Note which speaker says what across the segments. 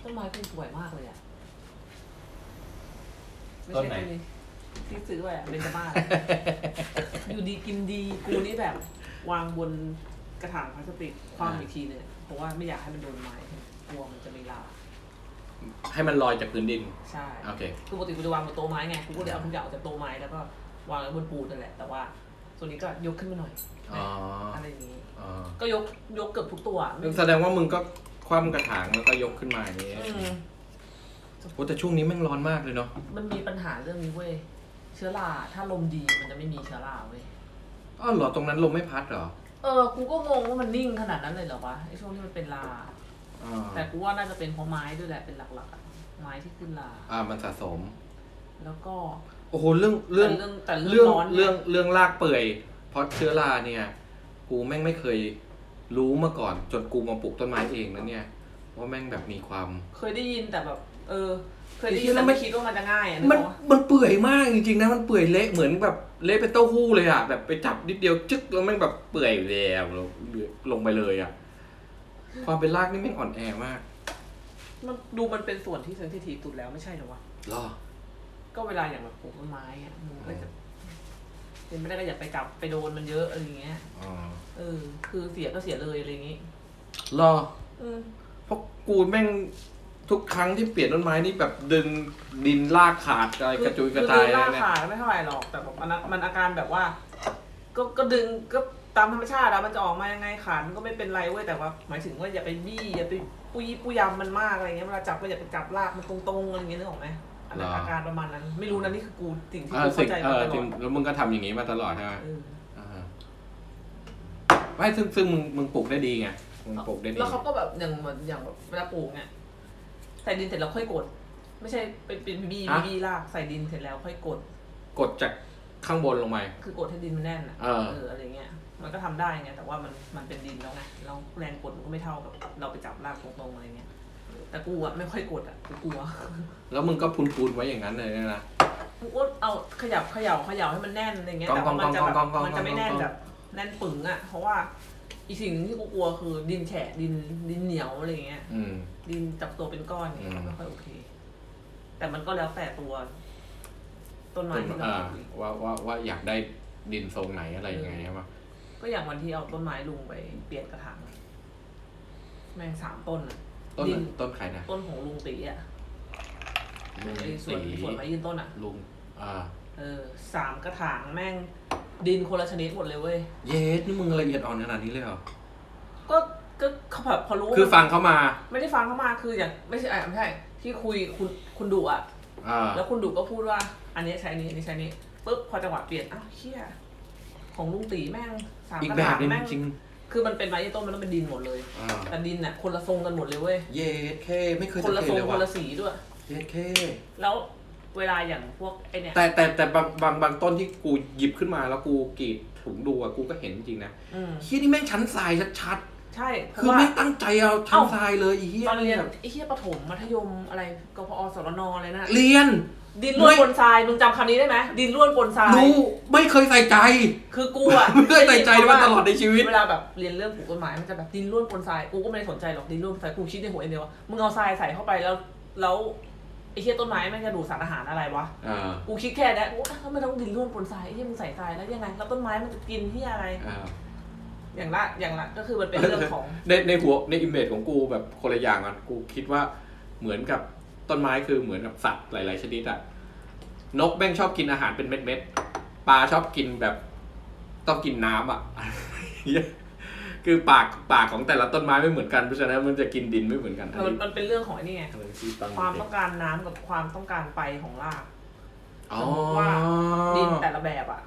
Speaker 1: เต้นสวยมากเลยอ่ะม่
Speaker 2: ต้
Speaker 1: ใช่
Speaker 2: นไหน
Speaker 1: ที่ซื้อไว้ อะเบนจาม่าอยู่ดีกินดีกูนี่แบบ วางบนกระถางพลาสติกคว่ำอีกทีหนึงอะเพราะว่าไม่อยากให้มันโดนไม้กลัวมันจะมีลา
Speaker 2: ให้มันลอยจากพื้นดิน
Speaker 1: ใช่
Speaker 2: โอเค
Speaker 1: คือปกติกูจะวางบนโต๊ะไม้ไง กูก็เลยเอาทุกอย่างออกจากโต๊ะไม้แล้วก็วางไว้บนปูนนั่นแหละ แต่ว่าส่วนนี้ก็ยกขึ้นมาหน่อย
Speaker 2: อ๋อ
Speaker 1: อะไรอย่างนี้
Speaker 2: อ๋
Speaker 1: ก็ยกยกเกือบทุกตัวอะไม่
Speaker 2: อแสดงว่ามึงก็คว่ำกระถางแล้วก็ยกขึ้นมาอย่างนี้
Speaker 1: อืม
Speaker 2: โอ้แต่ช่วงนี้แม่งร้อนมากเลยเนาะ
Speaker 1: มันมีปัญหาเรื่องนี้เว้ย เชื้อรา ถ้าลมดีมันจะไม่มีเชื้อราเว้ย
Speaker 2: อ้าวเหรอตรงนั้นลมไม่พัดเหรอ
Speaker 1: เออ กูก็งงว่ามันนิ่งขนาดนั้นเลยเหรอวะไอช่วงที่มันเป็นรา
Speaker 2: อ่
Speaker 1: แต่
Speaker 2: า
Speaker 1: กูว่าน่าจะเป็นเพราะไม้ด้วยแหละ เป็นหลักๆอะไม้ที่ขึ้นรา
Speaker 2: อ่ามันสะสม
Speaker 1: แล้วก็
Speaker 2: โอ้โหเรื่องเรื่อง
Speaker 1: แต่เรื่องแต่
Speaker 2: เรื่
Speaker 1: เรื่
Speaker 2: อ
Speaker 1: อง งร้อนเนี่
Speaker 2: เรื่อย งเรื่องลากเปื่อยเพราะเชื้อราเนี่ย กูแม่งไม่เคยรู้มาก่อน จนกูมาปลูกต้นไม้เองนะเนี่ยว่าแม่งแบบมีความ
Speaker 1: เคยได้ยินแต่แบบ เออ เคยได้
Speaker 2: ไอ้เหี้
Speaker 1: ยิน
Speaker 2: ยแล้
Speaker 1: แต่
Speaker 2: วมัน
Speaker 1: ไม่คิดว่ามันจะง่ายอะนึก
Speaker 2: มั
Speaker 1: อ
Speaker 2: น
Speaker 1: อกปะ
Speaker 2: มันเปื่อยมากจริงๆนะมันเปื่อยเละเหมือนแบบเละเป็นเต้าหู้เลยอ่ะแบบไปจับนิดเดียวจึ๊กแล้วแม่งแบบเปื่อยแล้วลงไปเลยอ่ะความเป็นรากนี่แม่งอ่อนแอมาก
Speaker 1: มันดูมันเป็นส่วนที่เซนซิทีฟสุดแล้วไม่ใช่เหรอวะ
Speaker 2: เหรอ
Speaker 1: ก็เวลาอย่างแบบปลูกต้นไม้อะมึงก็จะเป็นไม่ได้ก็อย่าไปจับไปโดนมันเยอะอะไรอย่างเงี้ย
Speaker 2: อ๋อ
Speaker 1: เออ คือเสียก็เสียเลยอะไรอย่างงี้
Speaker 2: เหรอ
Speaker 1: อืม
Speaker 2: เพราะกูแม่งทุกครั้งที่เปลี่ยนต้นไม้นี่แบบดึงดินลากขาดอะไรกระจุยกระจาย
Speaker 1: คือ
Speaker 2: อะไร
Speaker 1: ล่า
Speaker 2: เนี่ย
Speaker 1: ขาดไม่เท่าไหร่หรอก แต่แบบมันมันอาการแบบว่า ก็ก็ดึงก็ตามธรรมชาติอะมันจะออกมายังไงขาดมันก็ไม่เป็นไรเว้ยแต่ว่า หมายถึงว่าอย่าไปบี้อย่าไปปุยปุยยำมันมากอะไรเงี้ยเวลาจับก็อย่าไปจับลากมันตรงๆอะไรอย่างเงี้ยนึกออกไหมอันนั้น
Speaker 2: เหรออ
Speaker 1: อาการประมาณนั้น ไม่รู้นะนี่คือกูสิ่งที่
Speaker 2: อ่า
Speaker 1: กู
Speaker 2: สิ่ง
Speaker 1: เข้าใจ
Speaker 2: เอ
Speaker 1: มา
Speaker 2: อ
Speaker 1: ตลอ
Speaker 2: สิ่ง
Speaker 1: ด
Speaker 2: แล้วมึงก็ทำอย่างนี้มาตลอดใช่ไหม
Speaker 1: เออ
Speaker 2: อ่าไม่ซึ่งซึ่งมึงมึงปลูกได้ดีไงมึงปลูกได้ดี
Speaker 1: แล้วเขาก็แบบอย่างเหมือนอย่างแบบเวลาปลูกเนี่ยใส่ดินเสร็จแล้วค่อยกด ไม่ใช่เป็นเป็นบีบีบีลากใส่ดินเสร็จแล้วค่อยกด
Speaker 2: กดจากข้างบนลงมา
Speaker 1: คือกดให้ดินมันแน่นอะ
Speaker 2: เออ
Speaker 1: เอออะไรเงี้ย มันก็ทำได้ไงแต่ว่ามันมันเป็นดินแล้วไงเราแรงกดมันก็ไม่เท่ากับ เราไปจับลากตรงๆอะไรเงี้ยแต่กูอะไม่ค่อยกดอะกูกลัว
Speaker 2: แล้วมึงก็พูนพูนๆไว้อย่างนั้นเลยนะ
Speaker 1: กูก็เอาขยับเขย่าเขย่าให้มันแน่นอะไรเงี้ย
Speaker 2: กอง
Speaker 1: แต่ว่ามันจะแบบ
Speaker 2: กองกองกอง
Speaker 1: มันจะไม่แน่น
Speaker 2: กอง
Speaker 1: แบบแน่นปึ๋งอะเพราะว่าอีกสิ่งที่กูกลัวคือดินแฉะดินดินเหนียวอะไรเงี้ย
Speaker 2: อืม
Speaker 1: ดินจับตัวเป็นก้อนเนี่ย
Speaker 2: อืม
Speaker 1: ไม่ค่อยโอเค แต่มันก็แล้วแต่ตัว ต้นไม้ที่เรา
Speaker 2: อ่า
Speaker 1: ปลูก
Speaker 2: ว่าว่าว่าอยากได้ดินทรงไหนอะไรยังไงใช่ปะ
Speaker 1: ก็อย่างวันที่เอาต้นไม้ลุงไปเปลี่ยนกระถางแม่งสามต้นอะ
Speaker 2: ต้น
Speaker 1: ดิน
Speaker 2: ต้นใครนะ
Speaker 1: ต้นของลุงตีอ่ะ
Speaker 2: ลุง
Speaker 1: ไอ้ส
Speaker 2: สี
Speaker 1: วนสวนไม้ยืนต้นอ่ะ
Speaker 2: ลุงอ่า
Speaker 1: เออสามกระถางแม่ง ดินคนละชนิดหมดเลยเว้ย
Speaker 2: เยสนี่มึงละเอียดอ่อนขนาดนี้เลยเหรอ
Speaker 1: ก็ก็เขาแบบพอรู้ว่า
Speaker 2: คือฟังเขามา
Speaker 1: ไม่ได้ฟังเข้ามาคืออย่างไม่ใช่อ่ะไม่ใช่ที่คุยคุณคุณดุอ่ะ
Speaker 2: อ่า
Speaker 1: แล้วคุณดุก็พูดว่า อันนี้ใช้อันนี้อันนี้ใช้อันนี้ปุ๊บพอจังหวะเปลี่ยนอ้าวเชี่ยของลุงตีแม่งสาม
Speaker 2: อีก
Speaker 1: กระ
Speaker 2: แบ
Speaker 1: ถา
Speaker 2: บ
Speaker 1: ง
Speaker 2: หนึง
Speaker 1: แม่ง
Speaker 2: จริง
Speaker 1: คือมันเป็นไม้ยืนต้นมันต้องเป็นดินหมดเลย
Speaker 2: ๆอ่า
Speaker 1: แต่ดินน่ะคนละทรงกันหมดเลยเว้ย
Speaker 2: เยสเคไม่เคย
Speaker 1: ค
Speaker 2: สั
Speaker 1: น
Speaker 2: ง
Speaker 1: ละ
Speaker 2: เก
Speaker 1: ทร
Speaker 2: ต
Speaker 1: ง
Speaker 2: เลย
Speaker 1: คน
Speaker 2: ว่ะ
Speaker 1: ละสีด้วย
Speaker 2: เยสเค
Speaker 1: แล้วเวลาอย่างพวกไอเนี่ย
Speaker 2: แต่แต่แต่บางบางบางต้นที่กูหยิบขึ้นมาแล้วกูกรีดถุงดูอะกูก็เห็นจริงนะ
Speaker 1: อืม
Speaker 2: เฮียนี่แม่งชั้นทรายชัด
Speaker 1: ใช่
Speaker 2: ๆ
Speaker 1: เพ
Speaker 2: คือ
Speaker 1: ราะว่า
Speaker 2: แม่งตั้งใจเอาชั้น
Speaker 1: เอ้า
Speaker 2: ทรายเลยไอ้เฮีย
Speaker 1: ตอนเรียนไอ้เฮียประถมมัธยมอะไรกพอสรนอะไรนะ
Speaker 2: เรียน
Speaker 1: ดินล้วน
Speaker 2: ไม่
Speaker 1: ปนทรายมึงจำคำนี้ได้ไหมดินล้วนปนทราย
Speaker 2: รู้ไม่เคยใส่ใจ
Speaker 1: คือกูอ่ะ
Speaker 2: ไม่เคยใส่ใจมาตลอดในชีวิต
Speaker 1: เวลาแบบเรียนเรื่องปลูกต้นไม้มันจะแบบดินร่วนปนทรายกูก็ไม่ได้สนใจหรอกดินร่วนปนทรายกูคิดในหัวอย่างเดียวว่ามึงเอาทรายใส่เข้าไปแล้วแล้วไอ้เหี้ยต้นไม้แม่งจะดูดสารอาหารอะไรวะ
Speaker 2: อ่า
Speaker 1: กูคิดแค่นั้นกูอ่ะแล้วมันต้องดินร่วนปนทรายไอ้เหี้ยมึงใส่ทรายแล้วยังไงแล้วต้นไม้มันจะกินที่อะไร
Speaker 2: อ่า
Speaker 1: อย่างละอย่างละก็คือมันเป็นเรื่อง ของ
Speaker 2: ในในหัวในอิมเมจของกูแบบคนละอย่างอ่ะกูคิดว่าเหมือนกับต้นไม้คือเหมือนกับสัตว์หลาย ๆ ชนิดอะนกแม่งชอบกินอาหารเป็นเม็ดๆปลาชอบกินแบบต้องกินน้ำอะ เหี้ยคือปากปากของแต่ละต้นไม้ไม่เหมือนกันเพราะฉะนั้นมันจะกินดินไม่เหมือนกันอัน
Speaker 1: มัน
Speaker 2: นี้
Speaker 1: มันเป็นเรื่องของไอ้นี่ไง
Speaker 2: อันนี้ที่ตั้ง
Speaker 1: ความต้องการน้ำกับความต้องการไปของราก
Speaker 2: อ๋อ
Speaker 1: ดินแต่ละแบบอ่ะ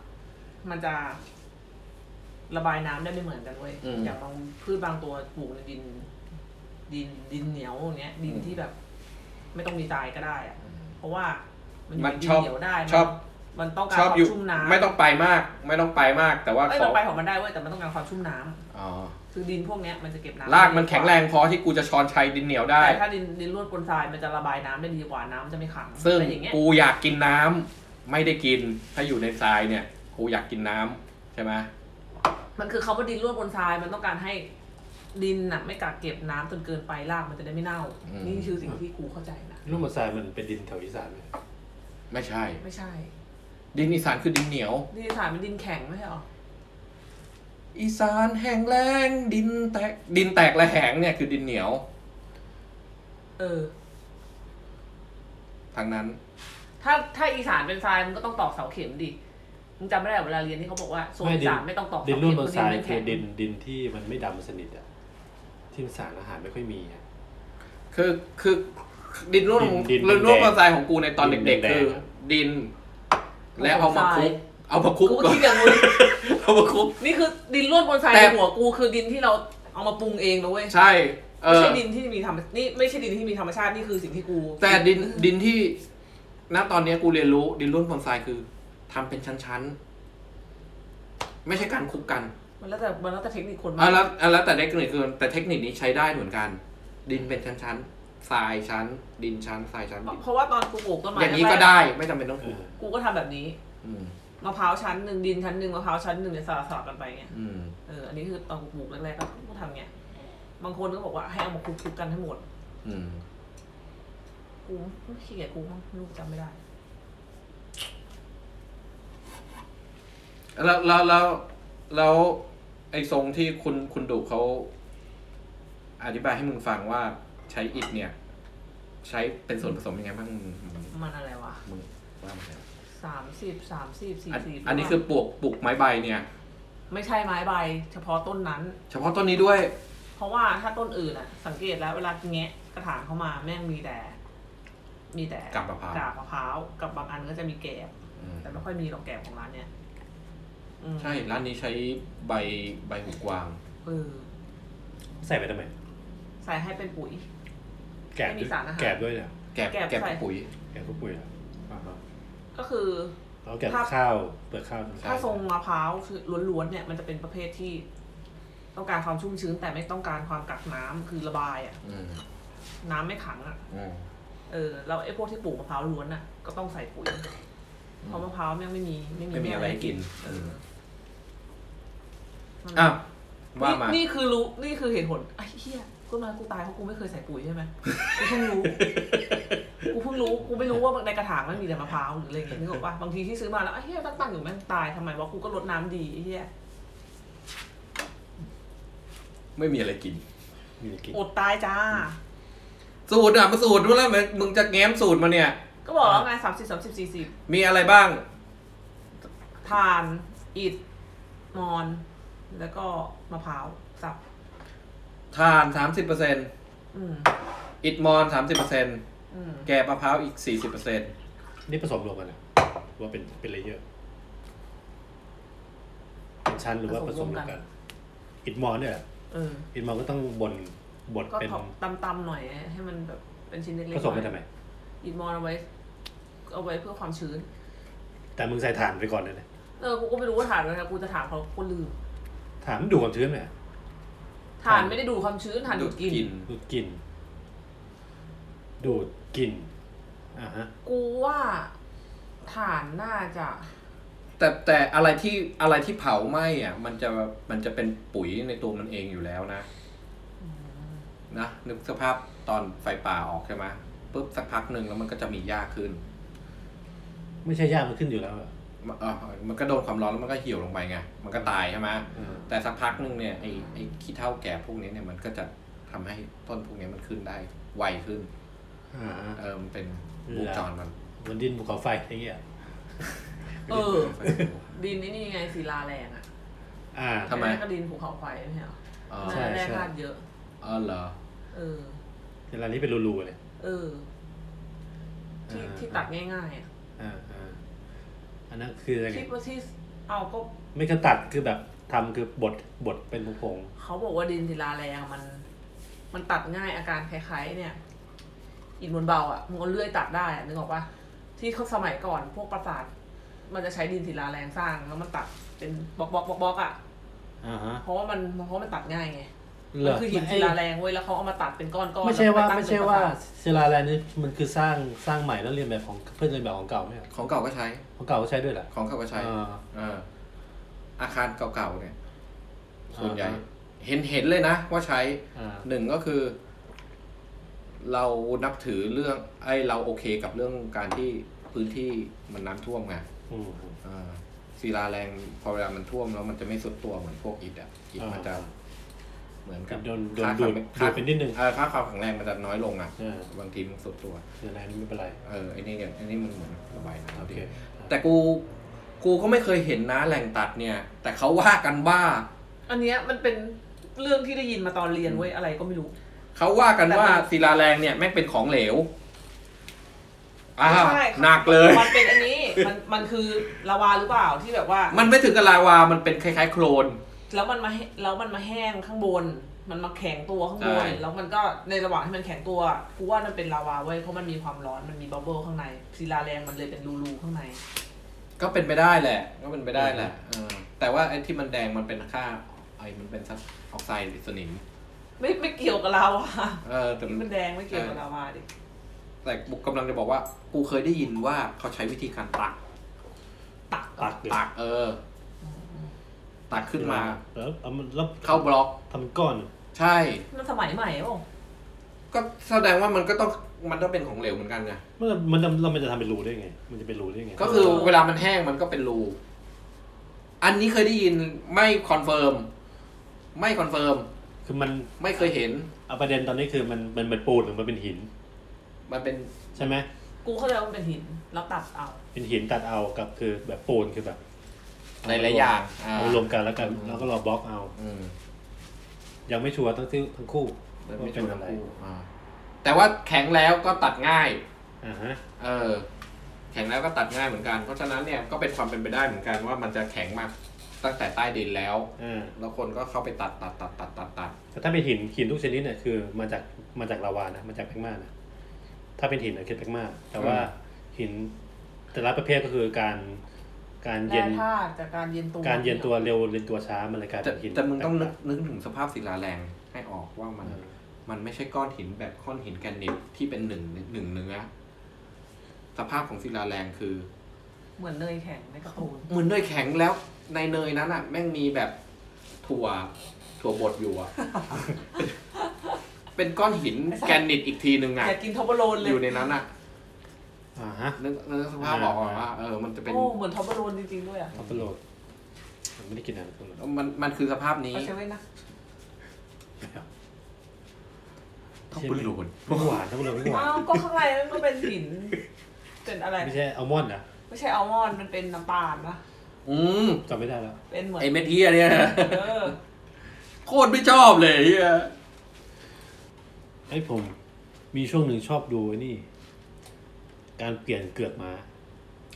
Speaker 1: มันจะระบายน้ำได้ไม่เหมือนกันเว้ยอย่างบางพืชบางตัวปลูกในดิน ดินดินเหนียวอย่างเงี้ย ดินที่แบบ ไม่ต้องมีทรายก็ได้อ่ะ เพราะว่ามันอยู่ในดินเหนียวได้
Speaker 2: ชอบ
Speaker 1: มันมันต้องการ
Speaker 2: ช
Speaker 1: ค
Speaker 2: อบ
Speaker 1: วาม
Speaker 2: อยู่
Speaker 1: ชุ่มน้ำ
Speaker 2: ไม่ต้องไปมาก ไม่ต้องไปมาก แต่ว่า
Speaker 1: ไม่
Speaker 2: ข
Speaker 1: ต้
Speaker 2: อ
Speaker 1: องไปของมันได้เว้ยแต่มันต้องการความชุ่มน้ำ
Speaker 2: อ๋อ
Speaker 1: คือดินพวกเนี้ยมันจะเก็บน้ำ
Speaker 2: รากมันแข็งแรงพอที่กูจะช้อนชัยดินเหนียวได้
Speaker 1: แต่ถ้าดินดินร่วนปนทรายมันจะระบายน้ำได้ดีกว่าน้ำจะไม่ขัง
Speaker 2: ซึ่ง
Speaker 1: อะไรอย่างเงี้ย
Speaker 2: กูอยากกินน้ำไม่ได้กิน ถ้าอยู่ในทรายเนี่ย กูอยากกินน้ำใช่ไหม
Speaker 1: มันคือคำว่าดินร่วนปนทรายมันต้องการให้ ดินน่ะ ไม่กักเก็บน้ำจนเกินไปรากมันจะได้ไม่เน่า
Speaker 2: อืม
Speaker 1: นี่คือสิ่งที่กูเข้าใจนะ
Speaker 3: ลูกมะทรายมันเป็นดินแถวอีสานไหม
Speaker 2: ไม่ใช่
Speaker 1: ไม่ใช่
Speaker 2: ดินอีสานคือดินเหนียว
Speaker 1: ดินอีสานเป็นดินแข็งไม่ใช่หรอ
Speaker 2: อีสานแห้งแล้งดินแตกดินแตกและแหงเนี่ยคือดินเหนียว
Speaker 1: เออ
Speaker 2: ทางนั้น
Speaker 1: ถ้าถ้าอีสานเป็นทรายมันก็ต้องตอกเสาเข็มดิมึงจำไม่ได้เหรอเวลาเรียนที่เขาบอกว่าโซนอีสานไม่ต้องตอก
Speaker 3: ดิ
Speaker 1: เสาน เข็ม
Speaker 3: ลูกมะทราย
Speaker 1: เพะดินมันแข็
Speaker 3: คือง ดินดินที่มันไม่ดำสนิทอ่ะที่มันสารอาหารไม่ค่อยมีอะ
Speaker 2: คือคือดินร่วน
Speaker 3: ดินดิน
Speaker 2: ดินร่วน
Speaker 3: แดง
Speaker 2: ทรายของกูในตอน
Speaker 3: ดิน
Speaker 2: เด็ก ๆ
Speaker 3: แดง
Speaker 2: คือ
Speaker 3: ครับ
Speaker 2: ดิน และเอามาคลุกเอามาคลุก
Speaker 1: กู
Speaker 2: ก่อน
Speaker 1: คิดอย่างมึง
Speaker 2: เอามาคลุก
Speaker 1: นี่คือดินร่วนบนทราย
Speaker 2: แต่
Speaker 1: ในหัวกูคือดินที่เราเอามาปรุงเองนะเว้ย
Speaker 2: ใช่เอ
Speaker 1: ไม่
Speaker 2: อ
Speaker 1: ใช่ดินที่มีธรรมนี่ไม่ใช่ดินที่มีธรรมชาตินี่คือสิ่งที่กู
Speaker 2: แต่ดินดินที่ณตอนเนี้ยกูเรียนรู้ดินร่วนทรายคือทำเป็นชั้นๆ ไม่ใช่การคลุกกัน
Speaker 1: มันแล้วแต่มันแล้วแต่เทคนิคคน
Speaker 2: อ่ะแล้วอ่ะแล้วแต่เทคนิคคือแต่เทคนิคนี้ใช้ได้เหมือนกัน ดินเป็นชั้นๆทรายชั้น ดินชั้นทรายชั้นดิน
Speaker 1: เพราะว่าตอนกูปลูกต้นไม้
Speaker 2: อย่างนี้ก็
Speaker 1: แร
Speaker 2: ได้ไม่จำเป็นต้องค
Speaker 3: เอ
Speaker 2: ลุก
Speaker 3: อ
Speaker 1: ๆกูก็ทำแบบนี้
Speaker 2: อืม
Speaker 1: มะพร้าวชั้นหนึ่งดินชั้นหนึ่งมะพร้าวชั้นหนึ่งเนี่ยสลับสลับกันไปไง
Speaker 2: อืม
Speaker 1: เอออันนี้คือตอนกูปลูกแรกๆก็กูทำไงบางคนก็บอกว่าให้เอามาคลุกๆกันให้หมด
Speaker 2: อืม
Speaker 1: กูไม่ขี้เกียจกูมั้งลูกจำไม่ได้
Speaker 2: แล้วแล้วแล้วแล้วไอ้ทรงที่คุณคุณดุเขาอธิบายให้มึงฟังว่าใช้อิฐเนี่ย ใช้เป็นส่วนผสมยังไงบ้างมึงมึง
Speaker 1: มันอะไรวะ
Speaker 2: มึงว่ามาแล้ว
Speaker 1: สามสิบสามสิบสี่
Speaker 2: อัน
Speaker 1: สิบ
Speaker 2: อันนี้คือปลูกปลูกไม้ใบเนี่ย
Speaker 1: ไม่ใช่ไม้ใบ เฉพาะต้นนั้น
Speaker 2: เฉพาะต้นนี้ด้วย
Speaker 1: เพราะว่าถ้าต้นอื่นอะสังเกตแล้วเวลาแงะกระถางเข้ามาแม่งมีแต่ มีแต่
Speaker 2: กาบมะพร้าว
Speaker 1: กาบมะพร้าวกับบางอันก็จะมีแกบ
Speaker 2: อืม
Speaker 1: แต่ไม่ค่อยมีหรอกแกบของร้านเนี้ยอืม
Speaker 2: ใช่ร้านนี้ใช้ใบใบหูกวาง
Speaker 1: เออ
Speaker 3: ใส่ไปทำไม
Speaker 1: ใส่ให้เป็นปุ๋ย
Speaker 3: แกะ
Speaker 1: ไม่มี
Speaker 3: ด้วย
Speaker 1: สารอาหาร
Speaker 3: แกะด้วยเนี่ย
Speaker 2: แกบ
Speaker 1: แกบ
Speaker 2: แกบ
Speaker 1: ใส่
Speaker 2: ปุ๋ย
Speaker 3: แกะพวกปุ๋ยเหรออ่าฮะ
Speaker 1: ก็คือ
Speaker 3: แล้วแกะ
Speaker 1: ครับ
Speaker 3: ข้าวเปลือกข้าว
Speaker 2: ใช่
Speaker 1: ถ้าทรงมะพร้าวคือล้วนๆเนี่ยมันจะเป็นประเภทที่ ต้องการความชุ่มชื้น แต่ไม่ต้องการความกักน้ำคือระบายอะ
Speaker 2: อืม
Speaker 1: น้ำไม่ขังอะ
Speaker 2: อืม
Speaker 1: เออแล้วไอ้พวกที่ปลูกมะพร้าวล้วนน่ะก็ต้องใส่ปุ๋ยเพราะมะพร้าวแม่งไม่มีไม่มี
Speaker 2: ไม่มีอะไรให้กิน
Speaker 1: เออ
Speaker 2: อ้า
Speaker 1: อ่ะ
Speaker 2: วว่ามา
Speaker 1: นี่คือรู้นี่คือเหตุผลไอ้เหี้ยกูมากูตายเพราะกูไม่เคยใส่ปุ๋ยใช่ไหมกูเพิ่งรู้ กูเพิ่งรู้กูไม่รู้ว่าในกระถางมันมีแต่มะพร้าวหรืออะไรอย่างเงี้ยนึกออกปะบางทีที่ซื้อมาแล้วไอ้เหี้ยตั้งตั้งๆอยู่แม่งตายทำไมวะกูก็รดน้ำดีไอ้เหี้ย
Speaker 2: ไม่มีอะไรกิน
Speaker 3: มีกิน
Speaker 1: อดตายจ้า
Speaker 2: สูตรอ่ะมาสูตรนู้นแล้วมึงจะแง้มสูตรมาเนี่ย
Speaker 1: ก็บอกแล้วไงสามสิบสามสิบสี่สิบ
Speaker 2: มีอะไรบ้าง
Speaker 1: ทานอิฐมอน แล้วก็มะพร้าวสับ
Speaker 2: ทานสามสิบเปอร์เซ็นต์
Speaker 1: อืม
Speaker 2: อิดมอนสามสิบเปอร์เซ็นต์
Speaker 1: อืม
Speaker 2: แกะมะพร้าวอีกสี่สิบเปอร์เซ็นต์
Speaker 3: นี่ผสมรวมกันนะว่าเป็นเป็นเลเยอร์เป็นชั้นหรือว่าผสมรวมกัน อิดมอนเนี่ยเหรอ
Speaker 1: เออ
Speaker 3: อิดมอนก็ต้องบนบด
Speaker 1: ก็
Speaker 3: เป็น
Speaker 1: ตำตำๆหน่อยให้มันแบบเป็นชิ้นเล็กๆ
Speaker 3: ผสมไป
Speaker 1: หน่อ
Speaker 3: ทำ
Speaker 1: ย
Speaker 3: ไม
Speaker 1: อิดมอนเอาไว้ เอาไว้เพื่อความชื้น
Speaker 3: แต่มึงใส่ถ่านไปก่อนเลยนะ
Speaker 1: เออ กูก็ไม่รู้ว่าถ่านเลยนะกูจะถามเขากูลืม
Speaker 3: ถ่านมันดูดความชื้นไหม
Speaker 1: ถ่านไม่ได้ดูดความชื้นถ่านดูดกลิน
Speaker 3: ดูดกลิ่นดูดกลิ่นอ่าฮะ
Speaker 1: กูว่าถ่านน่าจะ
Speaker 2: แต่แต่อะไรที่อะไรที่เผาไหม้อ่ะ มันจะมันจะเป็นปุ๋ยในตัวมันเองอยู่แล้วนะ นะนึกสภาพตอนไฟป่าออกใช่ไหมปุ๊บสักพักหนึ่งแล้วมันก็จะมีหญ้าขึ้น
Speaker 3: ไม่ใช่ยากมันขึ้นอยู่แล้วอะ
Speaker 2: มะเอ่อมันก็โดนความร้อนแล้วมันก็เหี่ยวลงไปไง มันก็ตายใช่ไหม
Speaker 3: เออ
Speaker 2: แต่สักพักหนึ่งเนี่ยไอ้ไอ้ขี้เถ้าแก่พวกนี้เนี่ยมันก็จะทำให้ต้นพวกนี้มันขึ้นได้ไวขึ้น
Speaker 3: อ่าฮะ
Speaker 2: เออมันเป็นวงจรมัน
Speaker 3: บนดินภูเขาไฟอย่างเงี้ย
Speaker 1: เออ ดินนี่นี่ไงศิลาแรงอ่ะ
Speaker 3: อ่า
Speaker 2: ทำไม
Speaker 1: ก็ดินภูเขาไฟไม่ใช่เหรอ
Speaker 2: อ๋อ
Speaker 3: ใช่
Speaker 1: แร่ธาตุเยอะ
Speaker 2: อ๋อเหรอ
Speaker 1: เออ
Speaker 3: เวลานี้เป็นรูๆเลย
Speaker 1: เออ ที่
Speaker 3: อ่า
Speaker 1: ที่ตัดง่ายๆอ่ะ
Speaker 3: อ่าอ่าอันนั้นคืออะไร
Speaker 1: ที่
Speaker 3: เนี่ย
Speaker 1: ว่าที่เอาก็
Speaker 3: ไม่กระตัดคือแบบทำคือบดบดเป็นผง
Speaker 1: เขาบอกว่าดินศิลาแรงมัน มันตัดง่ายอาการคล้ายๆ เนี่ย อินบนเบาอ่ะมึงเอาเลื่อยตัดได้อะนึกออกปะที่เขาสมัยก่อนพวกปราสาทมันจะใช้ดินศิลาแรงสร้าง แล้วมันตัดเป็นบล็อกบล็อกบล็อกบล็อกอ่ะ
Speaker 3: ๆอ่าฮะ
Speaker 1: เพราะว่ามันเพราะมันตัดง่ายไง
Speaker 3: เหร
Speaker 1: มั
Speaker 3: อ
Speaker 1: คือหินศิลาแรงเว้ยแล้วเขาเอามาตัดเป็นก้อนๆ
Speaker 3: ไม่ใช่ว่า
Speaker 1: แล้ก็ตั้ง
Speaker 3: ไม่ใช่ว่า
Speaker 1: เป็นปรสท
Speaker 3: ศิลาแรงนี่มันคือสร้างสร้างใหม่แล้วเรียนแบบของเพื่อนเรียนแบบของเก่าไหมอะ
Speaker 2: ของเก่าก็ใช้
Speaker 3: ของเก่าก็ใช้ด้วยเหรอ
Speaker 2: ของเก่าก็ใช้
Speaker 3: อ่า
Speaker 2: เอออาคารเก่าๆเนี่ย ส่วนใหญ่
Speaker 3: อ่าฮะ
Speaker 2: เห็นเห็นเลยนะว่าใช้
Speaker 3: อ่า
Speaker 2: หนึ่งก็คือ เรานับถือเรื่องไอ้เราโอเคกับเรื่องการที่พื้นที่มันน้ำท่วมไง
Speaker 3: อืม
Speaker 2: อ่าศิลาแรงพอเวลามันท่วมแล้วมันจะไม่สุดตัวเหมือนพวกอิฐอ่ะอิฐมันจะ
Speaker 3: อ่า
Speaker 2: เหมือนกับ
Speaker 3: โดนโดน
Speaker 2: ค่า
Speaker 3: ดู
Speaker 2: ควา
Speaker 3: ด
Speaker 2: ม
Speaker 3: ดู
Speaker 2: ค่า
Speaker 3: ดไปนิดนึง
Speaker 2: เออค่าความแข็งแรงมันจะน้อยลงอ่ะ
Speaker 3: อ่า
Speaker 2: บางทีมันสุดตัว
Speaker 3: เดี๋ยวอะไรนี่ไม่เป็นไร
Speaker 2: เออไอ้นี่เนี่ยไอ้นี่มันเหมือนระบายน้ำ
Speaker 3: โอ
Speaker 2: ดี
Speaker 3: เค
Speaker 2: แต่กูกูก็ไม่เคยเห็นนะแหล่งตัดเนี่ย แต่เขาว่ากันว่า
Speaker 1: อันเนี้ยมันเป็นเรื่องที่ได้ยินมาตอนเรียนเว้ยอะไรก็ไม่รู้
Speaker 2: เขาว่ากันว่า
Speaker 1: แต่มัน
Speaker 2: ศิลาแรงเนี่ยแม่งเป็นของเหลวอ่า
Speaker 1: ไม่ใช่
Speaker 2: หนักเลย
Speaker 1: มันเป็นอันนี้ มันมันคือลาวาหรือเปล่าที่แบบว่า
Speaker 2: มันไม่ถึงกับลาวา มันเป็นคล้ายๆ โคลน
Speaker 1: แล้วมันมาแห้แล้วมันมาแห้งข้างบน มันมาแข็งตัวข้างบ
Speaker 2: ใช่
Speaker 1: น แล้วมันก็ในระหว่างที่มันแข็งตัวกูว่ามันเป็นลาวาเว้ยเพราะมันมีความร้อนมันมีบับเบิ้ลข้างในศิลาแรงมันเลยเป็นรูๆข้างใน
Speaker 2: ก็เป็นไปได้แหละ ก็เป็นไปได้แหละเออแต่ว่าไอ้ที่มันแดงมันเป็นค่าไอ้มันเป็นซับออกไซด์หรือสนิม
Speaker 1: ไม่ไม่เกี่ยวกับลาวา
Speaker 2: เออแต่
Speaker 1: ที่มันแดงไม่เกี่ยวกับลาวาดิ
Speaker 2: แต่กูกำลังจะบอกว่า กูเคยได้ยินว่าเขาใช้วิธีการตัก
Speaker 1: ตักก่อ
Speaker 3: ตั
Speaker 1: น
Speaker 3: กเดี๋ยว
Speaker 2: ตักเออ ตักขึ้นมา
Speaker 3: แล้วเอามันแล้ว
Speaker 2: เข้าบล็อก
Speaker 3: ทำเป็นก้อนเหรอ
Speaker 2: ใช่
Speaker 1: มันสมัยใหม่ป่ะ
Speaker 2: ก็แสดงว่ามันก็ต้องมันต้องเป็นของเหลวเหมือนกันไง
Speaker 3: มันมันเรามันจะทำเป็นรูได้ไง มันจะเป็นรูได้ไง
Speaker 2: ก็คือเวลามันแห้งมันก็เป็นรูอันนี้เคยได้ยินไม่คอนเฟิร์มไม่คอนเฟิร์ม
Speaker 3: คือมัน
Speaker 2: ไม่เคยเห็น
Speaker 3: เอาประเด็นตอนนี้คือมันมันเป็นปูนหรือมันเป็นหิน
Speaker 2: มันเป็น
Speaker 3: ใช่ไหม
Speaker 1: กูเข้าใจว่ามันเป็นหินแล้วตัดเอา
Speaker 3: เป็นหินตัดเอากับคือแบบปูนคือแบบ
Speaker 2: หลายๆอย่างอ่า
Speaker 3: เอามารวมกันแล้วกัน
Speaker 2: อืม
Speaker 3: แล้วก็รอบล็อกเอา
Speaker 2: อืม
Speaker 3: ยังไม่ชัวร์ทั้งที่ทั้งคู่
Speaker 2: แต่
Speaker 3: ว่า
Speaker 2: ไม่
Speaker 3: เป็
Speaker 2: ชั
Speaker 3: น
Speaker 2: วร์
Speaker 3: อะไร
Speaker 2: ทั้งคู่อ่าแต่ว่าแข็งแล้วก็ตัดง่าย
Speaker 3: อ่าฮะ
Speaker 2: เออ แข็งแล้วก็ตัดง่ายเหมือนกัน เพราะฉะนั้นเนี่ยก็เป็นความเป็นไปได้เหมือนกันว่ามันจะแข็งมากตั้งแต่ใต้ดินแล้ว
Speaker 3: อ่า
Speaker 2: แล้วคนก็เข้าไปตัดตัดตัดตัดตัดตัด
Speaker 3: แต่ถ้าเป็นหินหินทุกชนิดเนี่ยคือมาจากมาจากลาวานะมาจากแพกมานะถ้าเป็นหินเนี่ยคือแพกมาแต่ว่าหินแต่ละประเภทก็คือการการเย็
Speaker 1: แร่
Speaker 3: น
Speaker 1: ธาตุจากการเย็นตัว
Speaker 3: การเย็นตัวเร็วเย็นตัวช้ามันเลยกลาย
Speaker 2: แต่
Speaker 3: เป็นหิน
Speaker 2: แต่มึงต้องนึก
Speaker 3: า
Speaker 2: นึกถึงสภาพศิลาแรงให้ออกว่า
Speaker 3: ๆ
Speaker 2: มั
Speaker 3: เอน อ
Speaker 2: มันไม่ใช่ก้อนหินแบบก้อนหินแกรนิตที่เป็นหนึ่งหนึ่งเนื้อ สภาพของศิลาแรงคือ
Speaker 1: เหมือนเนยแข็งในการะตูน
Speaker 2: เหมือนเนยแข็งแล้วในเนยนั้นอ่ะ แม่งมีแบบถั่วถั่วบดอยู่ อ่ะ เป็นก้อนหินแกรนิตอีกทีหนึ่งอ่ะ
Speaker 1: อยากกินทอบโลนเล
Speaker 2: อย ยู่ในนั้นอ่ะ
Speaker 3: อ่าฮะ
Speaker 2: นึกนึกสภาพออกก่อนว่าเออมันจะเป็น
Speaker 1: โอ้เหมือนทอบโลนจริงๆด้วยอ่ะ
Speaker 3: ทับเปโหลดผมไม่ได้กินอะไรทั้งนั้น
Speaker 2: มันมันคือสภาพนี้
Speaker 1: เอาใช่ไหมนะ
Speaker 2: ท็อปเปอร์โหลน
Speaker 3: ไม่หวานทับเปโหลดไม่หวาน
Speaker 1: อ้าวก็ข้างในมันก็เป็นหินเป็นอะไร
Speaker 3: ไม่ใช่อัลมอนด์นะ
Speaker 1: ไม่ใช่อัลมอนด์มันเป็นน้ำตาลปะ
Speaker 2: อืม
Speaker 3: จำไม่ได้แล้ว
Speaker 1: เป็นเหมือน
Speaker 2: ไอเม็ดเฮียเนี่ย
Speaker 1: เออ
Speaker 2: โคตรไม่ชอบเลยเฮีย
Speaker 3: ไอ้ยผมมีช่วงหนึ่งชอบดูไอ้นี่ การเปลี่ยนเกือกม้า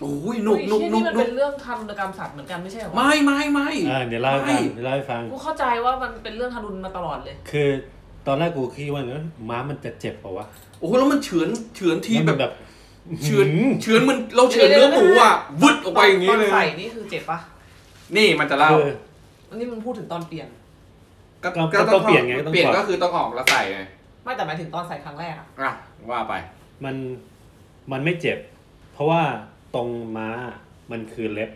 Speaker 2: โอ้ยหนุกหนุกหนุก
Speaker 1: เฮ้ยเชี่ยนี่มัน
Speaker 2: หนุ
Speaker 1: เป็
Speaker 2: ก
Speaker 1: นเรื่องทารุณกรรมสัตว์เหมือนกันไม่ใช่เหรอวะ
Speaker 2: ไม่ไม่ไม่
Speaker 3: อ่าเดี๋ยวเล่าให้
Speaker 2: ไม่
Speaker 3: ฟังเดี๋ยวเล่าให้ฟัง
Speaker 1: กูเข้าใจว่ามันเป็นเรื่องทารุณมาตลอดเลย
Speaker 3: คือตอนแรกกูคิดว่าเนอะม้ามันจะเจ็บเปล่าวะ
Speaker 2: โอ้โหแล้วมันเฉือนเฉือนที
Speaker 3: แล้
Speaker 2: แบ
Speaker 3: วมัน
Speaker 2: บ
Speaker 3: แบบ
Speaker 2: เฉือนเฉือนเหมันเราเฉือนเนื้อหมูอ่ะวึดออกไปอย่างนี้
Speaker 1: ต
Speaker 2: เลย
Speaker 1: ใส่นี่คือเจ็บปะ
Speaker 2: นี่มันจะเล่า
Speaker 3: คือ
Speaker 1: อันนี้มันพูดถึงตอนเปลี่ยน
Speaker 3: ก็ต้องเปลี่ยนไงก็ต้อง
Speaker 2: เปลี่ยน
Speaker 3: ปรับ
Speaker 2: ก็คือต้องออกแล้วใส่ไง
Speaker 1: ไม่แต่หมายถึงตอนใส่ครั้งแรกอะ
Speaker 2: อ่ะว่าไป
Speaker 3: มันมันไม่เจ็บ เพราะว่าตรงม้ามันคือเล็บ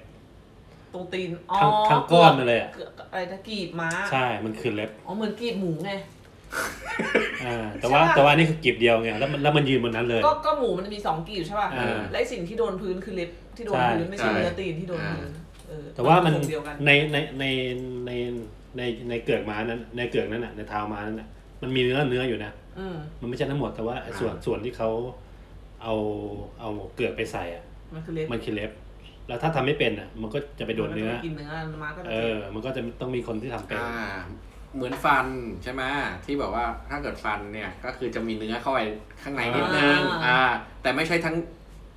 Speaker 1: ตรงตีน อ๋อ
Speaker 3: ทางทางก้อนมาเลยอะ
Speaker 1: กืบอะไรนะกรีบม้า
Speaker 3: ใช่มันคือเล็บ
Speaker 1: อ๋อเหมือนกรีบหมูไง
Speaker 3: อ่าแต่ว่า
Speaker 1: ใช่ปะ
Speaker 3: แต่ว่านี่คือกลีบเดียวไงแล้วมันแล้วมันยืนบนนั้นเลย
Speaker 1: ก็ก็หมูมันมีสองกรีบใช่ป่ะ
Speaker 3: อ่า
Speaker 1: และไอ้สิ่งที่โดนพื้นคือเล็บที่โดน
Speaker 3: ใช่
Speaker 1: พื้นไม่ใช่
Speaker 2: ใช่
Speaker 1: เนื้อตีนที่โดนพื้นเออ
Speaker 3: แต่ว่ามัน
Speaker 1: ส่งเดียวกัน
Speaker 3: ในในในในในในเกือกม้านั้น ในเกือกนั้นอ่ะในเท้าม้านั้นอ่ะมันมีเนื้อเนื้ออยู่นะ
Speaker 1: อืม
Speaker 3: มันไม่ใช่ทั้งหมดแต่ว่าไอ้ส่วนส่วนที่เขาเอาเอาเกือกไปใส่อ่ะ
Speaker 1: มันคือเล็บ
Speaker 3: มันคือเล็บ แล้วถ้าทำไม่เป็นอ่ะ มันก็จะไปโดนเนื้อ
Speaker 1: มักินเนื้อม้าก็จะ
Speaker 3: เอ
Speaker 1: เจ็
Speaker 3: อ
Speaker 1: บ
Speaker 3: มันก็จะต้องมีคนที่ทำเป็น
Speaker 2: อ่า เหมือนฟันใช่ไหมที่แบบว่าถ้าเกิดฟันเนี่ยก็คือจะมีเนื้อเข้าไปข้างในนิดนึงอ่า แต่ไม่ใช่ทั้ง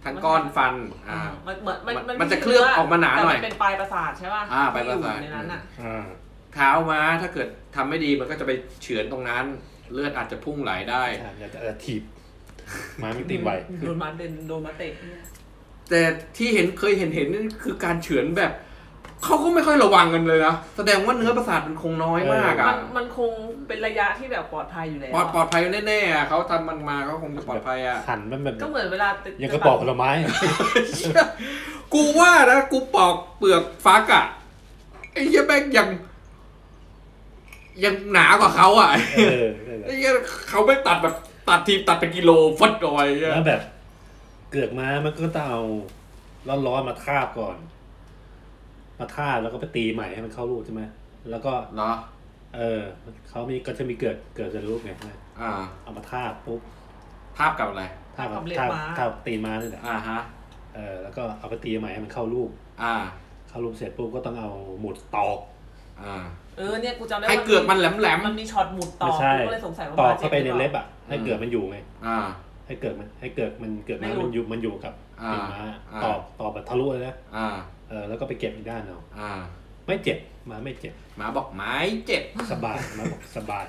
Speaker 2: ทั้งก้อนฟันอ่า
Speaker 1: มันเหมือนมัน
Speaker 2: มัน
Speaker 1: ไใช่
Speaker 2: มันจะเคลือบออกมาหนา
Speaker 1: แต่
Speaker 2: หน่อย
Speaker 1: เป็นปลายประสาทใช่ป่ะ
Speaker 2: อ่าปลายประสาท
Speaker 1: ที่อยู่ในนั้นอ่ะ
Speaker 3: อ่า
Speaker 2: เท้ามาถ้าเกิดทำไม่ดีมันก็จะไปเฉือนตรงนั้น เลือดอาจจะพุ่งไหลได้
Speaker 3: ใช่แล้วจะถีบไม้มันตีไหว
Speaker 1: โดนมาเดนโดนมาเตะ
Speaker 2: แต่ที่เห็นเคยเห็นเห็นนี่คือการเฉือนแบบเขาก็ไม่ค่อยระวังกันเลยนะแสดงว่าเนื้อประสาทมันคงน้อยมาก
Speaker 1: มั
Speaker 2: อะ
Speaker 1: นมันคงเป็นระยะที่แบบปลอดภัยอยู่แล้ว
Speaker 2: ปลอดปลอดภัยแน่ๆอะเขาทำมันมาเขาคงจะปลอดภัยอะ
Speaker 3: หันมันแบบ
Speaker 1: ก็เหมือนเวลาติด
Speaker 3: ยังกระบอกผลไม้
Speaker 2: กูว่านะกูปอกเปลือกฟักอะไอ้เหี้ยแม่งยัง ยังหนากว่าเขาอ่ะ
Speaker 3: เออนั่นแหละ
Speaker 2: ไอ้เหี้ยเขาไม่ตัดแบบตัดทีตัดเป็นกิโลฟัดลอยไอ้เหี้ย
Speaker 3: แล้วแบบเกือกม้ามันก็ต้องเอาร้อนๆมาทาบก่อน มาทาบแล้วก็ไปตีใหม่ให้มันเข้ารูปใช่ไหมแล้วก็
Speaker 2: เหรอ
Speaker 3: เออเขามีก็จะมีเกิดเกิดจะรูปไงใช่ไหม
Speaker 2: อ่า
Speaker 3: เอามาทาบปุ๊บ
Speaker 2: ภาพกับอะไร
Speaker 3: ทาบ
Speaker 1: ทาบเล็บ
Speaker 3: ทาบ
Speaker 1: ม้า
Speaker 3: ทาบตีนม้านี่แหละ
Speaker 2: อ่าฮะ
Speaker 3: เออแล้วก็เอาไปตีใหม่ให้มันเข้ารูป
Speaker 2: อ่า
Speaker 3: เข้ารูปเสร็จปุ๊บก็ต้องเอาหมุดตอก
Speaker 2: อ่า
Speaker 1: เออเนี่ยกูจำได้
Speaker 2: ให้เกือกมันแหลมแหลม
Speaker 1: มันมีช็อตหมุดต่อ
Speaker 3: ไม่ใช่
Speaker 1: กูก็เลยสงสัยว่า
Speaker 3: ตอ
Speaker 1: บ
Speaker 3: ก
Speaker 1: ดจ็
Speaker 3: เข้า
Speaker 1: บ
Speaker 3: ไปใน
Speaker 1: หรือ
Speaker 3: เล็บ
Speaker 1: ปา
Speaker 3: อ่ะให้เกิดมันอยู่ไง
Speaker 2: ๆอ่า
Speaker 3: ให้เกิดมันให้เกิดมันเกิด
Speaker 1: ไม่
Speaker 3: มา
Speaker 1: หลุด
Speaker 3: มันอยู่มันอยู่กับ
Speaker 2: อ่า
Speaker 3: ตีนม้า
Speaker 2: อ่า
Speaker 3: ตอกตอกแบบทะลุเลยนะ
Speaker 2: อ่า
Speaker 3: เออแล้วก็ไปเก็บอีกด้านเอา
Speaker 2: อ่า
Speaker 3: ไม่เจ็บมาไม่เจ็บ
Speaker 2: หมาบอกไม้เจ็บ
Speaker 3: สบายมาบอกสบาย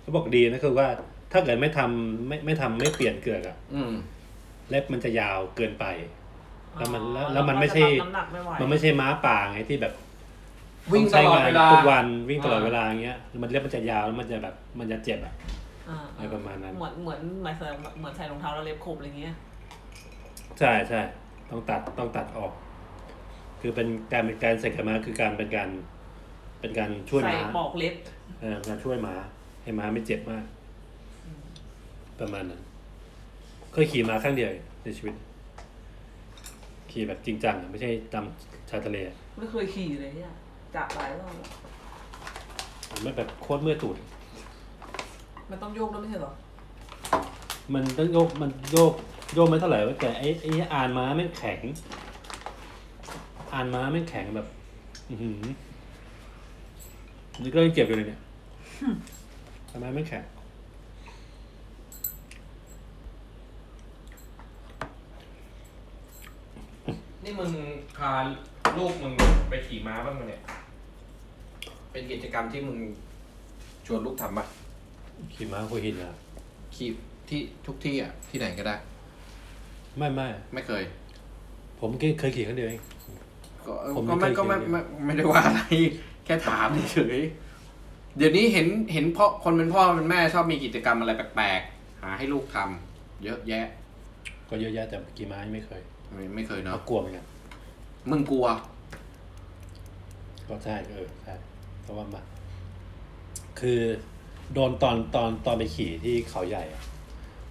Speaker 3: เขาบอกดีนะคือว่าถ้าเกิดไม่ทำไม่ไม่ทำไม่เปลี่ยนเกิดอ่ะ
Speaker 2: อืม
Speaker 3: เล็บมันจะยาวเกินไป แล้วมันแล้ว
Speaker 1: อ๋อ
Speaker 3: แล้วมันไม่ใช่
Speaker 1: รับน้ำหนักไม่ไหว
Speaker 3: มันไม่ใช่ม้าป่าไงที่แบบ
Speaker 2: วิ่งตลอดเวลา
Speaker 3: ทุกวันวิ่งตลอด
Speaker 2: อ่า
Speaker 3: เวลาอย่างเงี้ย มันเล็บมันจะยาวแล้วมันจะแบบมันจะเจ็บอะ
Speaker 1: อ่า
Speaker 3: อะไรประมาณนั้น
Speaker 1: เหมือนเหมือนหมายใส่เหมือนใส่รองเท้าแล้วเล็บขบอะไรเงี้ย
Speaker 3: ใช่ใช่ต้องตัดต้องตัดออก คือเป็นการเป็นการใส่กระมาคือการเป็นการ เป็นการช่วย
Speaker 1: ใส่
Speaker 3: ม้า
Speaker 1: ปอกเล็บ
Speaker 3: เออการช่วยม้าให้ม้าไม่เจ็บมาก ประมาณนั้นเคยขี่ม้าครั้งเดียวเองในชีวิต ขี่แบบจริงจังอะไม่ใช่ตามชายทะเลอะ
Speaker 1: ไม่เคยขี่เลยเนี่ยจับหลายรอบแล้ว
Speaker 3: มันแบบโคตรเมื่อยตูด
Speaker 1: มันต้องโยกด้วยไม่ใช่เหรอ
Speaker 3: มันต้องโยกมันโยกโยกไม่เท่าไหร่เว้ยแต่ไอ้ไอ้อ่านม้าแม่งแข็ง อ่านม้าแม่งแข็งแบบ อือหือนี่ก็ยังเจ็บอยู่เลยเนี่ยทำไมไม่งแข็ง
Speaker 2: นี่มึงพาลูกมึงไปขี่ม้าบ้างไหมเนี่ย เป็นกิจกรรมที่มึงชวนลูกทำป่ะ
Speaker 3: ขี่ม้าหัวหินเหรอ่ะ
Speaker 2: ขี่ที่ทุกที่อ่ะ ที่ไหนก็ได้
Speaker 3: ไม่ไม่
Speaker 2: ไม่เคย
Speaker 3: ผมเคยขี่ครั้งเดียวเอง
Speaker 2: ก็
Speaker 3: ผม
Speaker 2: ก็
Speaker 3: ไม่
Speaker 2: ไม่
Speaker 3: เคย
Speaker 2: ก็ไม่
Speaker 3: เห็นเลย
Speaker 2: ไม่ไม่ได้ว่าอะไร แค่ถามเฉยๆเดี๋ยวนี้เห็นเห็นพ่อคนเป็นพ่อเป็นแม่ชอบมีกิจกรรมอะไรแปลกๆ หาให้ลูกทำเยอะแยะ
Speaker 3: ก็เยอะแยะแต่ขี่ม้ายังไม่เคย
Speaker 2: ไม่ไม่เคย
Speaker 3: เพ
Speaker 2: เนาะ
Speaker 3: ราะกลัวเหมือนกัน
Speaker 2: มึงกลัว
Speaker 3: ก็ใช่เออใช่เพราะว่ามาคือ โดนตอนตอนตอนไปขี่ที่เขาใหญ่อะ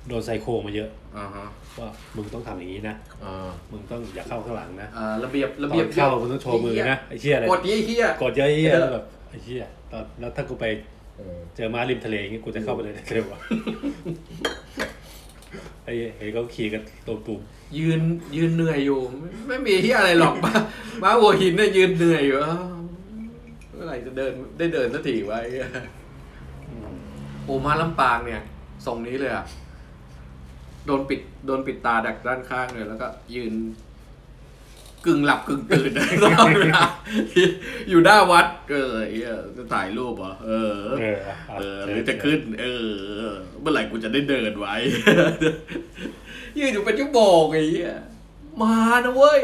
Speaker 3: โดนไซโคมาเยอะ
Speaker 2: อ่าฮะ
Speaker 3: ว่ามึงต้องทำอย่างนี้นะ
Speaker 2: เอ่า
Speaker 3: มึงต้องอย่าเข้าข้างหลังนะ
Speaker 2: อ่าระเบียบ
Speaker 3: ตอ
Speaker 2: ระ
Speaker 3: น
Speaker 2: เบียบ
Speaker 3: เข้ามึงต้องโชว์มือนะไอ้เชี่ยอะไร
Speaker 2: กดยี่เฮีย
Speaker 3: กดเยอะไอ้เชี่ยแล้วแบบไอ้เชี่ยตอนแล้วถ้ากูไปเจอม้าริมทะเลอย่างงี้กูจะเข้า ไปเลยเร็ววะไอ้เห็นเขาขี่กันตูมตูม
Speaker 2: ยืนยืนเหนื่อยอยู่ ไม่ไม่มีเฮียอะไร หรอกมามาหัวหินเนี่ยยืนเหนื่อยอยู่เอ้าเมื่อไหร่จะเดินได้เดินสักทีวะไอ้เหี้ยโอ้มาลำปางเนี่ยทรงนี้เลยอะโดนปิดโดนปิดตาดักด้านข้างเลยแล้วก็ ยืน กึ่งหลับกึ่งตื่น ตลอดเวลาอยู่หน้าวัด เออไอ้เหี้ยจะถ่ายรูปเหรอเออ
Speaker 3: เออ
Speaker 2: เออหรือจะขึ้น เออ เมื่อไหร่กูจะได้เดินไว้ ยืนอยู่เป็นชั่วโมงไอ้เหี้ยมานะเว้ย